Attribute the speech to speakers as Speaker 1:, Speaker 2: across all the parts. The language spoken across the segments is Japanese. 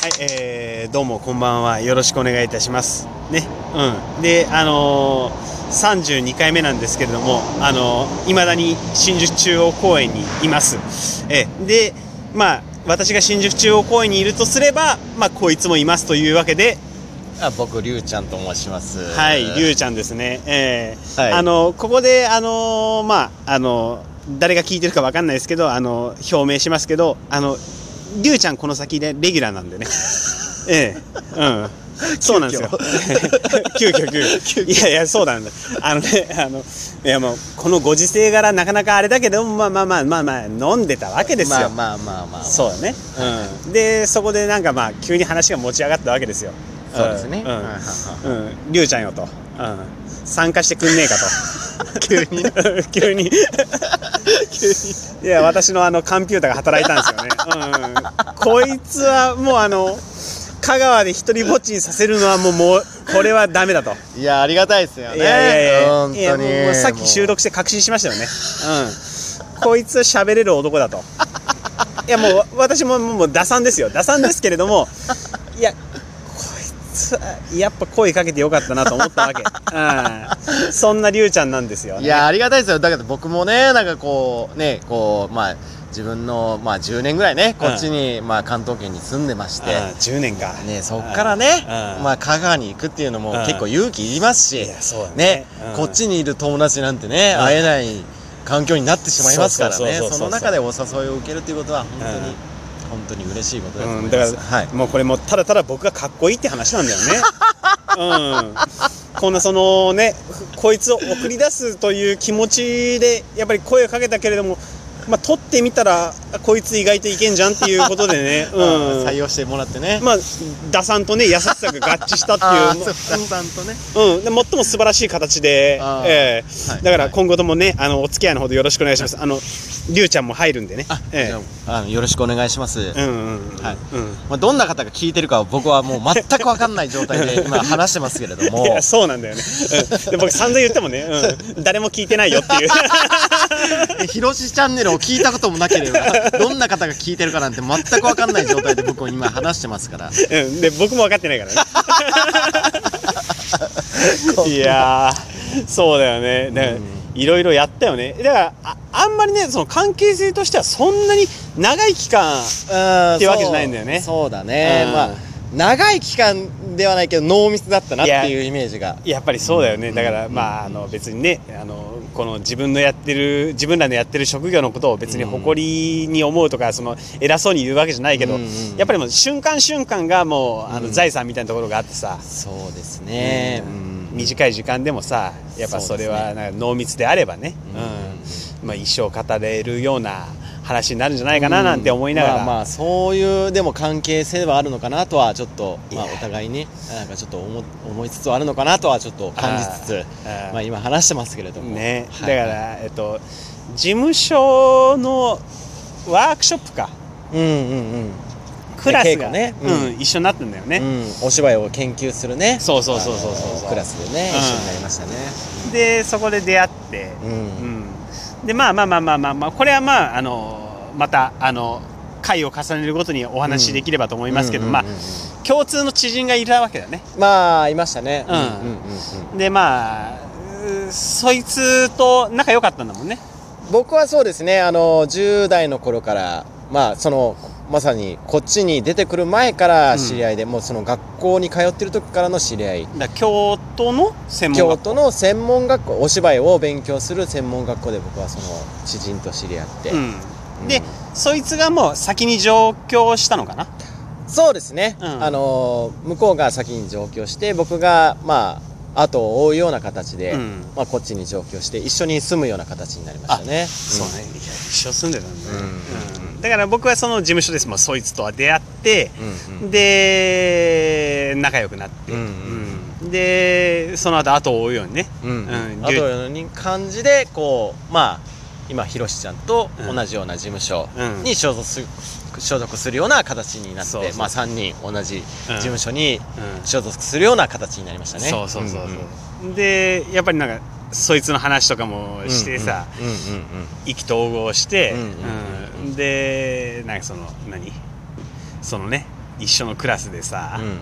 Speaker 1: はい、えー、どうもこんばんは。よろしくお願いいたします。ね、うん。で、あのー、32回目なんですけれども、あのー、未だに新宿中央公園にいます。えー、で、まあ、私が新宿中央公園にいるとすれば、まあ、こいつもいますというわけで、
Speaker 2: あ僕りゅうちゃんと申します
Speaker 1: はい、りゅう
Speaker 2: ち
Speaker 1: ちゃんですね。えー
Speaker 2: はい
Speaker 1: あの、ここで、あのーまあ、あの、誰が聞いてるかわかんないですけど、あの、表明しますけど、あの、りゅうちゃんこの先でレギュラー なんでね。ええうん。そうなんですよ。 急遽急遽。いやいや、そうなんだ。あのね、あの、いやもう、このご時世柄なかなかあれだけど、まあまあまあまあまあ、飲んでたわけですよ。
Speaker 2: まあまあまあまあ、
Speaker 1: そうだね、うん、でそこでなんかまあ急に話が持ち上がったわけですよ
Speaker 2: そうですね
Speaker 1: ん
Speaker 2: はいはい
Speaker 1: うんうんりゅうちゃんよと、うん、参加してくんねえかと 急に急にいや私のあのカンピューターが働いたんですよね、うん、こいつはもうあの香川で一人ぼっちにさせるのはもうもうこれはダメだと
Speaker 2: いやありがたいですよね
Speaker 1: いやいやいや
Speaker 2: 本
Speaker 1: いや
Speaker 2: 当
Speaker 1: も
Speaker 2: に
Speaker 1: うもうさっき収録して確信しましたよねうんこいつは喋れる男だといやもうわ私ももうもう打算ですよ打算ですけれどもいやこいつはやっぱ声かけてよかったなと思ったわけ、うん、そんなりゅうちゃんなんですよ、
Speaker 2: もう
Speaker 1: ね、
Speaker 2: いやありがたいですよだけど僕もねなんかこうねこうまあ自分のまあ10年ぐらいねこっちに、まあ関東圏に住んでまし
Speaker 1: うん
Speaker 2: て、
Speaker 1: 10年か
Speaker 2: ねそっからね、
Speaker 1: うん
Speaker 2: まあ香川に行くっていうのも
Speaker 1: うん
Speaker 2: 結構勇気いります
Speaker 1: い
Speaker 2: し、
Speaker 1: やそうだね
Speaker 2: ね、
Speaker 1: うん
Speaker 2: こっちにいる友達なんてね、
Speaker 1: うん
Speaker 2: 会えない環境になってしまいますから
Speaker 1: そうそうそ
Speaker 2: ね
Speaker 1: うそうそう
Speaker 2: その中でお誘いを受けるということは本当に、
Speaker 1: うん
Speaker 2: 本当に嬉しいことだと思い
Speaker 1: うん、
Speaker 2: ま
Speaker 1: だ
Speaker 2: す、
Speaker 1: から、
Speaker 2: はい
Speaker 1: もうこれもうただただ僕がかっこいいって話なんだよね。うん、こんなそのねこいつを送り出すという気持ちでやっぱり声をかけたけれども、まあ、取ってみたらこいつ意外といけんじゃんっていうことで ね、
Speaker 2: うん、採
Speaker 1: う
Speaker 2: 用してもらってね、
Speaker 1: ん、まあ打算とね優しさが合致したって
Speaker 2: あー
Speaker 1: い
Speaker 2: そううさんとね
Speaker 1: うん、で最も素晴らしい形で
Speaker 2: あ、ー
Speaker 1: ええ
Speaker 2: はい
Speaker 1: だから今後ともねあのお付き合いのほどよろしくお願いしますあのりゅうちゃんも入るんでねえ
Speaker 2: じゃああのよろしくお願いします、
Speaker 1: えうんうんうん
Speaker 2: はい
Speaker 1: うん
Speaker 2: まあ、どんな方が聞いてるかは僕はもう全く分かんない状態で今話してますけれども
Speaker 1: いやそうなんだよね、うん、で僕散々言ってもね、うん、誰も聞いてないよっていう
Speaker 2: ひろしチャンネルを聞いたこともなけれ ばどんな方が聞いてるかなんて全く分かんない状態で僕は今話してますから
Speaker 1: うんで僕も分かってないからねいやーそうだよねだからいろいろやったよねだからああんまりねその関係性としてはそんなに長い期間
Speaker 2: って
Speaker 1: わけじゃないんだよね
Speaker 2: そうそうだね、
Speaker 1: うん
Speaker 2: まあ長い期間ではないけど濃密だったなっていうイメージが
Speaker 1: やっぱりそうだよね
Speaker 2: うん
Speaker 1: だから、まああの別にねあのこの自分のやってる自分らのやってる職業のことを別に
Speaker 2: うん
Speaker 1: 誇りに思うとかその偉そうに言うわけじゃないけど、
Speaker 2: うんうん
Speaker 1: やっぱりもう瞬間瞬間がもうあの
Speaker 2: うん
Speaker 1: 財産みたいなところがあってさ、
Speaker 2: そうですね、
Speaker 1: う
Speaker 2: うんん
Speaker 1: 短い時間でもさやっぱそれはなんか濃密であればね、
Speaker 2: うん
Speaker 1: うんまあ、一生語れるような話になるんじゃないかななんて思いながら、
Speaker 2: まあまあそういうでも関係性はあるのかなとはちょっと、まあ、
Speaker 1: いや
Speaker 2: お互いになんかちょっと思思いつつあるのかなとはちょっと感じつつ
Speaker 1: あー
Speaker 2: まあ、今話してますけれども
Speaker 1: ね、
Speaker 2: はい
Speaker 1: だから、えっと、事務所のワークショップか
Speaker 2: うんうんうん、
Speaker 1: クラス
Speaker 2: 稽
Speaker 1: が
Speaker 2: 古ね
Speaker 1: う
Speaker 2: うんん
Speaker 1: 一緒になったんだよね、
Speaker 2: うん、お芝居を研究するね
Speaker 1: そうそうそうそうそうそう
Speaker 2: あのクラスでね
Speaker 1: うん
Speaker 2: 一緒になりましたね
Speaker 1: でそこで出会って、
Speaker 2: うん、
Speaker 1: うんでまあまあまあまあまあ、まあ、これはまああのまたあの回を重ねるごとにお話しできればと思いますけど、
Speaker 2: うん
Speaker 1: まあ
Speaker 2: うんうんうん
Speaker 1: 共通の知人がいたわけだね
Speaker 2: まあいましたね
Speaker 1: うん
Speaker 2: うんうんうん
Speaker 1: でまあうーそいつと仲良かったんだもんね
Speaker 2: 僕はそうですねあの10代の頃からまあそのまさにこっちに出てくる前から知り合いで、もうその学校に通ってる時からの知り合い
Speaker 1: だから京都の専門
Speaker 2: 京
Speaker 1: 学校
Speaker 2: 都の専門学校お芝居を勉強する専門学校で僕はその知人と知り合って、
Speaker 1: うん、
Speaker 2: ん
Speaker 1: で、そいつがもう先に上京したのかな
Speaker 2: そうですね、
Speaker 1: うん
Speaker 2: あの向こうが先に上京して僕がまあ後を追うような形で、
Speaker 1: うん
Speaker 2: まあ、こっちに上京して一緒に住むような形になりましたね
Speaker 1: そうね、いや一緒住んでたんだね、
Speaker 2: うん
Speaker 1: うんだから僕はその事務所です、まあ、そいつとは出会って、
Speaker 2: うんうん
Speaker 1: で仲良くなって、
Speaker 2: うん
Speaker 1: うんでその後後を追うようにね、
Speaker 2: うん
Speaker 1: うん
Speaker 2: あと4感じでこうまあ今ひろしちゃんと
Speaker 1: うん
Speaker 2: 同じような事務所
Speaker 1: うん
Speaker 2: に所属す,、所属するような形になって
Speaker 1: そうそう
Speaker 2: まあ、3人同じ事務所に
Speaker 1: うん
Speaker 2: 所属するような形になりましたね、
Speaker 1: そうそうそうそう、
Speaker 2: んん
Speaker 1: でやっぱりなんかそいつの話とかもしてさ、
Speaker 2: うんうんうん
Speaker 1: 意気投合して、
Speaker 2: うんうんうん
Speaker 1: うんでなんかその何そのね一緒のクラスでさ、
Speaker 2: うん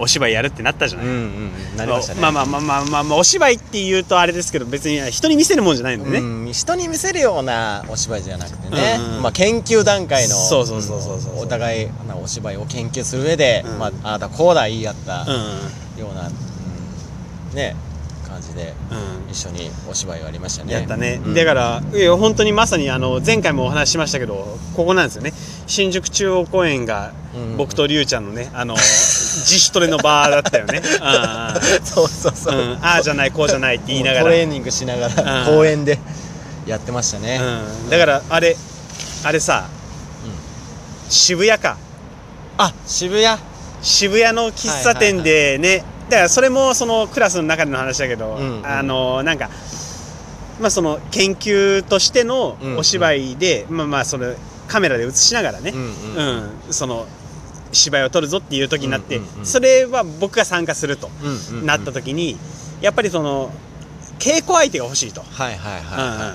Speaker 1: お芝居やるってなったじゃ
Speaker 2: う
Speaker 1: ない、
Speaker 2: んうんうんなりましたね
Speaker 1: まあまあまあまあまあ、まあ、お芝居っていうとあれですけど別に人に見せるもんじゃないのでね、
Speaker 2: うん、人に見せるようなお芝居じゃなくてね、
Speaker 1: うんうん
Speaker 2: まあ、研究段階の
Speaker 1: そうそうそうそうそう
Speaker 2: お互いまあお芝居を研究する上で、
Speaker 1: うん
Speaker 2: まあ、ああだこうだ言い合った
Speaker 1: うん
Speaker 2: ような、うんね感じで
Speaker 1: うん
Speaker 2: 一緒にお芝居をやりましたね
Speaker 1: やったね、
Speaker 2: うん
Speaker 1: だからいや本当にまさにあの前回もお話ししましたけどここなんですよね新宿中央公園が
Speaker 2: うん
Speaker 1: 僕とりゅうちゃんのねあの自主トレの場だったよ ねあ
Speaker 2: そうそうそう、
Speaker 1: うん、ああじゃないこうじゃないって言いなが
Speaker 2: ト
Speaker 1: ら、
Speaker 2: レーニングしながら
Speaker 1: うん
Speaker 2: 公園でやってましたね、
Speaker 1: うん、だからあれあれさ、渋谷か
Speaker 2: あ渋谷
Speaker 1: 渋谷の喫茶店でね、だからそれもそのクラスの中での話だけど、
Speaker 2: うんうん
Speaker 1: あのなんかまあその研究としての
Speaker 2: うんうん
Speaker 1: お芝居で、まあまあそのカメラで映しながらね、
Speaker 2: ん
Speaker 1: うんその芝居を撮るぞっていう時になって、
Speaker 2: うんうんうん
Speaker 1: それは僕が参加すると
Speaker 2: うんうん
Speaker 1: なった時に、やっぱりその稽古相手が欲しいと。
Speaker 2: はいはいはいはいはいはい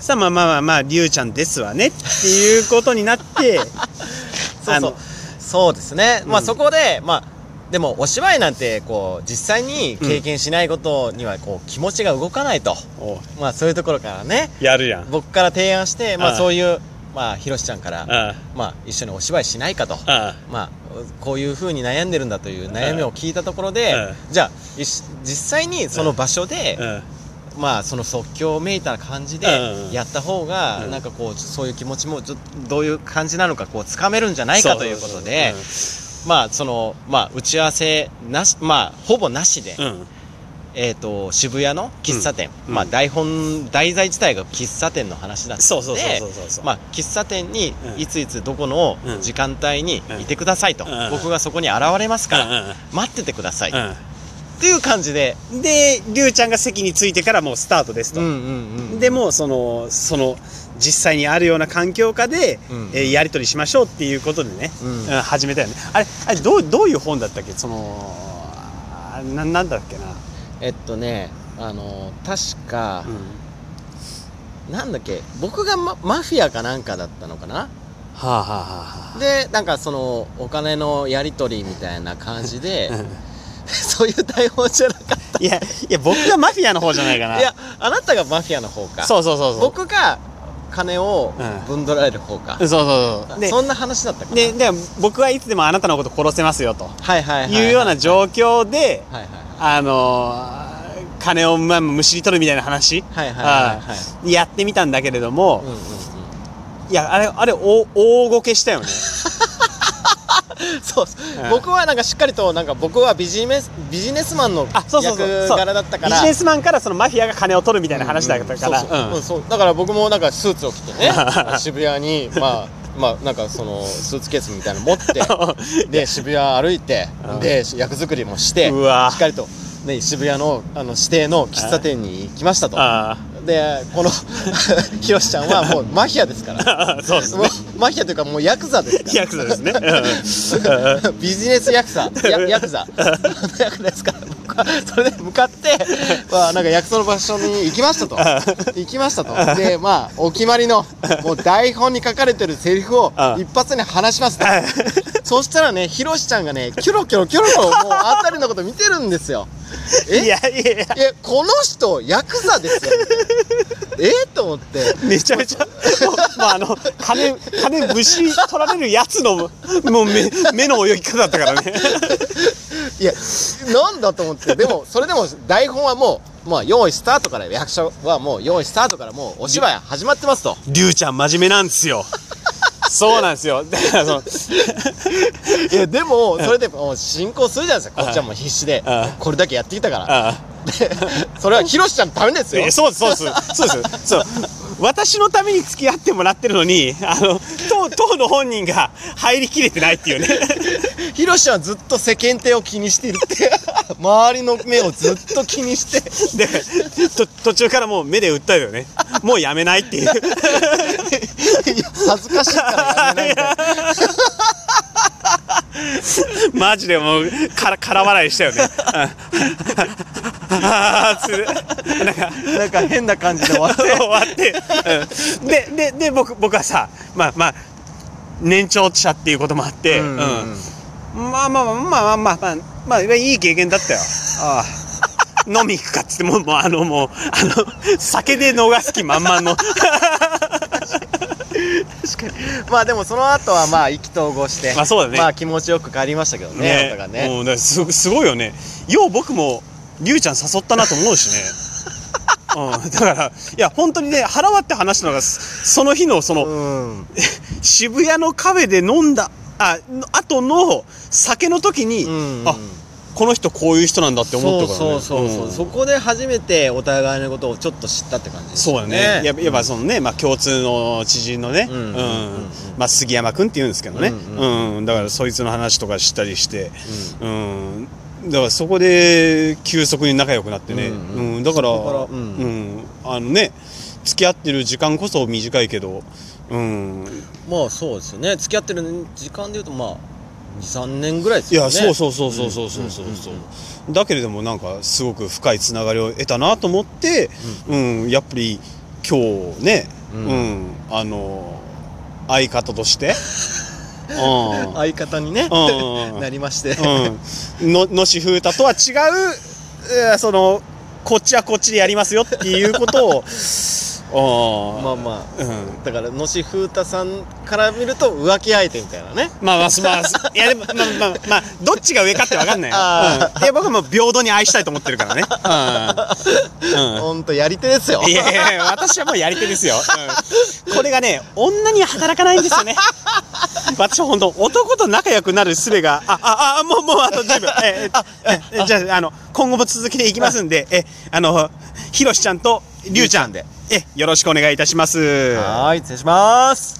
Speaker 1: さあまあまあまあまありゅうちゃんですわねっていうことになって
Speaker 2: そう
Speaker 1: あ
Speaker 2: そう
Speaker 1: の
Speaker 2: そうですね、まあ
Speaker 1: うん
Speaker 2: そこでまあでもお芝居なんてこう実際に経験しないことにはこう気持ちが動かないと、
Speaker 1: お
Speaker 2: まあそういうところからね
Speaker 1: やるやん
Speaker 2: 僕から提案してま
Speaker 1: あ
Speaker 2: あ
Speaker 1: あ
Speaker 2: そういうまあひろしちゃんから
Speaker 1: あ
Speaker 2: まあ一緒にお芝居しないかと
Speaker 1: あああ
Speaker 2: まあこういうふうに悩んでるんだという悩みを聞いたところで
Speaker 1: あ
Speaker 2: じゃあいし実際にその場所で
Speaker 1: うん
Speaker 2: まあその即興めいた感じで
Speaker 1: うん
Speaker 2: やった方
Speaker 1: う
Speaker 2: が
Speaker 1: ん
Speaker 2: なんかこうそういう気持ちもちょどういう感じなのかこうつかめるんじゃないかということでまあそのまあ打ち合わせなしまあほぼなしで
Speaker 1: うんうん
Speaker 2: えっと渋谷の喫茶店
Speaker 1: うん
Speaker 2: まあ
Speaker 1: うん
Speaker 2: 台本題材自体が喫茶店の話だった
Speaker 1: そう
Speaker 2: の
Speaker 1: そう
Speaker 2: で
Speaker 1: そうそうそう
Speaker 2: まあ喫茶店に
Speaker 1: うん
Speaker 2: いついつどこの
Speaker 1: うん
Speaker 2: 時間帯にいてくださいと
Speaker 1: うん
Speaker 2: 僕がそこに現れます
Speaker 1: あ
Speaker 2: から待っててくださいっ
Speaker 1: う
Speaker 2: ていう感じで
Speaker 1: んうんでりゅうちゃんが席に着いてからもうスタートですと、で
Speaker 2: でも
Speaker 1: もうそのその実際にあるような環境下で、
Speaker 2: うん
Speaker 1: えーやり取りしましょうっていうことでね、
Speaker 2: うん
Speaker 1: うん始めたよねあれあれどうどういう本だったっけそのあななんだっけな、
Speaker 2: えっとねあの確か
Speaker 1: うん
Speaker 2: なんだっけ僕がママフィアかなんかだったのかな
Speaker 1: はあはあは
Speaker 2: でなんかそのお金のやり取りみたいな感じで
Speaker 1: あは
Speaker 2: そういう対応じゃなかっ
Speaker 1: あいやいや僕がマフィアの方じゃないか
Speaker 2: た
Speaker 1: ない
Speaker 2: やあなたがマフィアの方か
Speaker 1: そうそうそうそう
Speaker 2: 僕が金を
Speaker 1: うん
Speaker 2: ぶんどられる方か
Speaker 1: そう、そうそうで
Speaker 2: そんな話だったかな
Speaker 1: でで僕はいつでもあなたのこと殺せますよと
Speaker 2: はいはいはい、
Speaker 1: いうような状況で、
Speaker 2: はいはいはい
Speaker 1: あのー金をまあむしり取るみたいな話、
Speaker 2: はいはいはいはい
Speaker 1: いやってみたんだけれど
Speaker 2: うんう
Speaker 1: も、
Speaker 2: ん
Speaker 1: いやあれあれ大大ごけしたよね
Speaker 2: うん、そう、
Speaker 1: うん
Speaker 2: 僕はなんかしっかりとなんか僕はビジネスビジネスマンの
Speaker 1: あそうそう
Speaker 2: 役
Speaker 1: そう
Speaker 2: 柄 だったか
Speaker 1: ビ
Speaker 2: ら
Speaker 1: ジネスマンからそのマフィアが金を取るみたいな話だったから
Speaker 2: うん
Speaker 1: う
Speaker 2: うんそうんそううんそうだから僕もなんかスーツを着てね 渋谷にまあまあなんかそのスーツケースみたいなの持 ってで渋谷歩いて
Speaker 1: うん
Speaker 2: で役作りもして
Speaker 1: うわ
Speaker 2: しっかりと、ね、渋谷のあの指定の喫茶店に行きましたと
Speaker 1: あ
Speaker 2: でこの ひろしちゃんはもうマフィアですから
Speaker 1: あ そうです
Speaker 2: も
Speaker 1: ね
Speaker 2: うマフィアというかもうヤクザですか
Speaker 1: ヤクザですねうんうん
Speaker 2: ら ビジネスヤクザヤヤクザ ヤクザですから僕はそれで向かって、 まあ、なんかヤクザの場所に行きましたと行きましたとでまあお決まりのもう台本に書かれてるセリフを
Speaker 1: あ
Speaker 2: 一発に話しますとそしたらねひろしちゃんがねキョロキョロキョロキョロもうあたりのこと見てるんですよえ
Speaker 1: いやいやいや
Speaker 2: えこの人ヤクザですよえと思って
Speaker 1: めちゃめちゃ、まあ、あの、金、金むしり取られるやつの、もう目、目の泳ぎ方だったからね。
Speaker 2: いや、なんだと思って、で も、それでも台本はもう、まあ、用意スタートから、役者はもう、用意スタートから、もう、お芝居始まってますと。
Speaker 1: りゅうちゃん真面目なんですよ。そうなんですよ。 だからその、
Speaker 2: いや、でも、 それでもう進行するじゃないですか。こっちはもう必死で
Speaker 1: ああ、
Speaker 2: これだけやってきたから。
Speaker 1: あ
Speaker 2: で、それはヒロシちゃんのためです
Speaker 1: あ、
Speaker 2: よ
Speaker 1: え。そうです、そうです、そうです。そう。私のために付き合ってもらってるのに、あの、当、当の本人が入りきれてないっていうね。
Speaker 2: ヒロシはずっと世間体を気にしているって、周りの目をずっと気にして、
Speaker 1: で、と、途中からもう目で訴えるよね。もうやめないっていう。
Speaker 2: いや恥ずかしいからやめないみたいな。
Speaker 1: マジでもうから空笑いしたよね。 ああつってなんか
Speaker 2: なんか変な感じで終わって。
Speaker 1: 終わって、うんででで僕僕はさまあまあ年長者っていうこともあって、
Speaker 2: うんうんうん
Speaker 1: うんまあまあまあまあまあまあ、まあ、いい経験だったよ。ああ。飲み行くかっつって、もう、もうあの、もう、あの、酒で逃す気満々の。
Speaker 2: 確かにまあでもその後はまあ意気投合して
Speaker 1: まあそうだね
Speaker 2: まあ気持ちよく帰りましたけどねあなたがね
Speaker 1: もうだからすすごいよねよう僕もりゅうちゃん誘ったなと思うしねうん、だからいや本当にね腹割って話したのがすその日のその、
Speaker 2: うん
Speaker 1: 渋谷のカフェで飲んだあ後の酒の時に、
Speaker 2: うん
Speaker 1: あこの人こういう人なんだって思っ
Speaker 2: そう
Speaker 1: たから、ね、
Speaker 2: そうそうそう、
Speaker 1: ん
Speaker 2: そこで初めてお互いのことをちょっと知ったって感じです
Speaker 1: そうだねやっぱやっぱそのね、まあ、共通の知人のね、
Speaker 2: うんうんうん
Speaker 1: まあ、杉山君っていうんですけどね、
Speaker 2: うん
Speaker 1: うんだからそいつの話とかしたりして、うん、だからそこで急速に仲良くなってね、
Speaker 2: う
Speaker 1: う
Speaker 2: んうん
Speaker 1: だから
Speaker 2: そこから
Speaker 1: う
Speaker 2: うんん
Speaker 1: あのね付き合ってる時間こそ短いけど、うん、
Speaker 2: まあそうですよね付き合ってる時間でいうとまあ23年ぐらいです
Speaker 1: い
Speaker 2: よ
Speaker 1: や、
Speaker 2: ね
Speaker 1: そうそうそうそうそうそうそう,、
Speaker 2: うんうん
Speaker 1: だけれどもなんかすごく深いつながりを得たなと思って、うんやっぱり今日ね、う
Speaker 2: うんん
Speaker 1: あの相方と して、うん
Speaker 2: 相方にね
Speaker 1: うんうんうん
Speaker 2: なりまして
Speaker 1: うん、ののし風太とは違う、えーそのこっちはこっちでやりますよっていうこと を
Speaker 2: まあ
Speaker 1: あ
Speaker 2: まあ
Speaker 1: ー、うん、
Speaker 2: だから野志風太さんから見ると浮気相手みたいなね
Speaker 1: まあまあまあいやでもまあまあまあどっちが上かって分かんないよ、
Speaker 2: あ
Speaker 1: うん、いや僕はもう平等に愛したいと思ってるからね、うんうん
Speaker 2: ほんとやり手ですよ
Speaker 1: いやいやいや私はもうやり手ですよ、うんこれがね女には働かないんですよね私は本当男と仲良くなる術があああもうもうあと10分ええええじゃああの今後も続きでいきますんでえあのひろしちゃんとりゅうちゃんでえよろしくお願いいたします
Speaker 2: はーい失礼します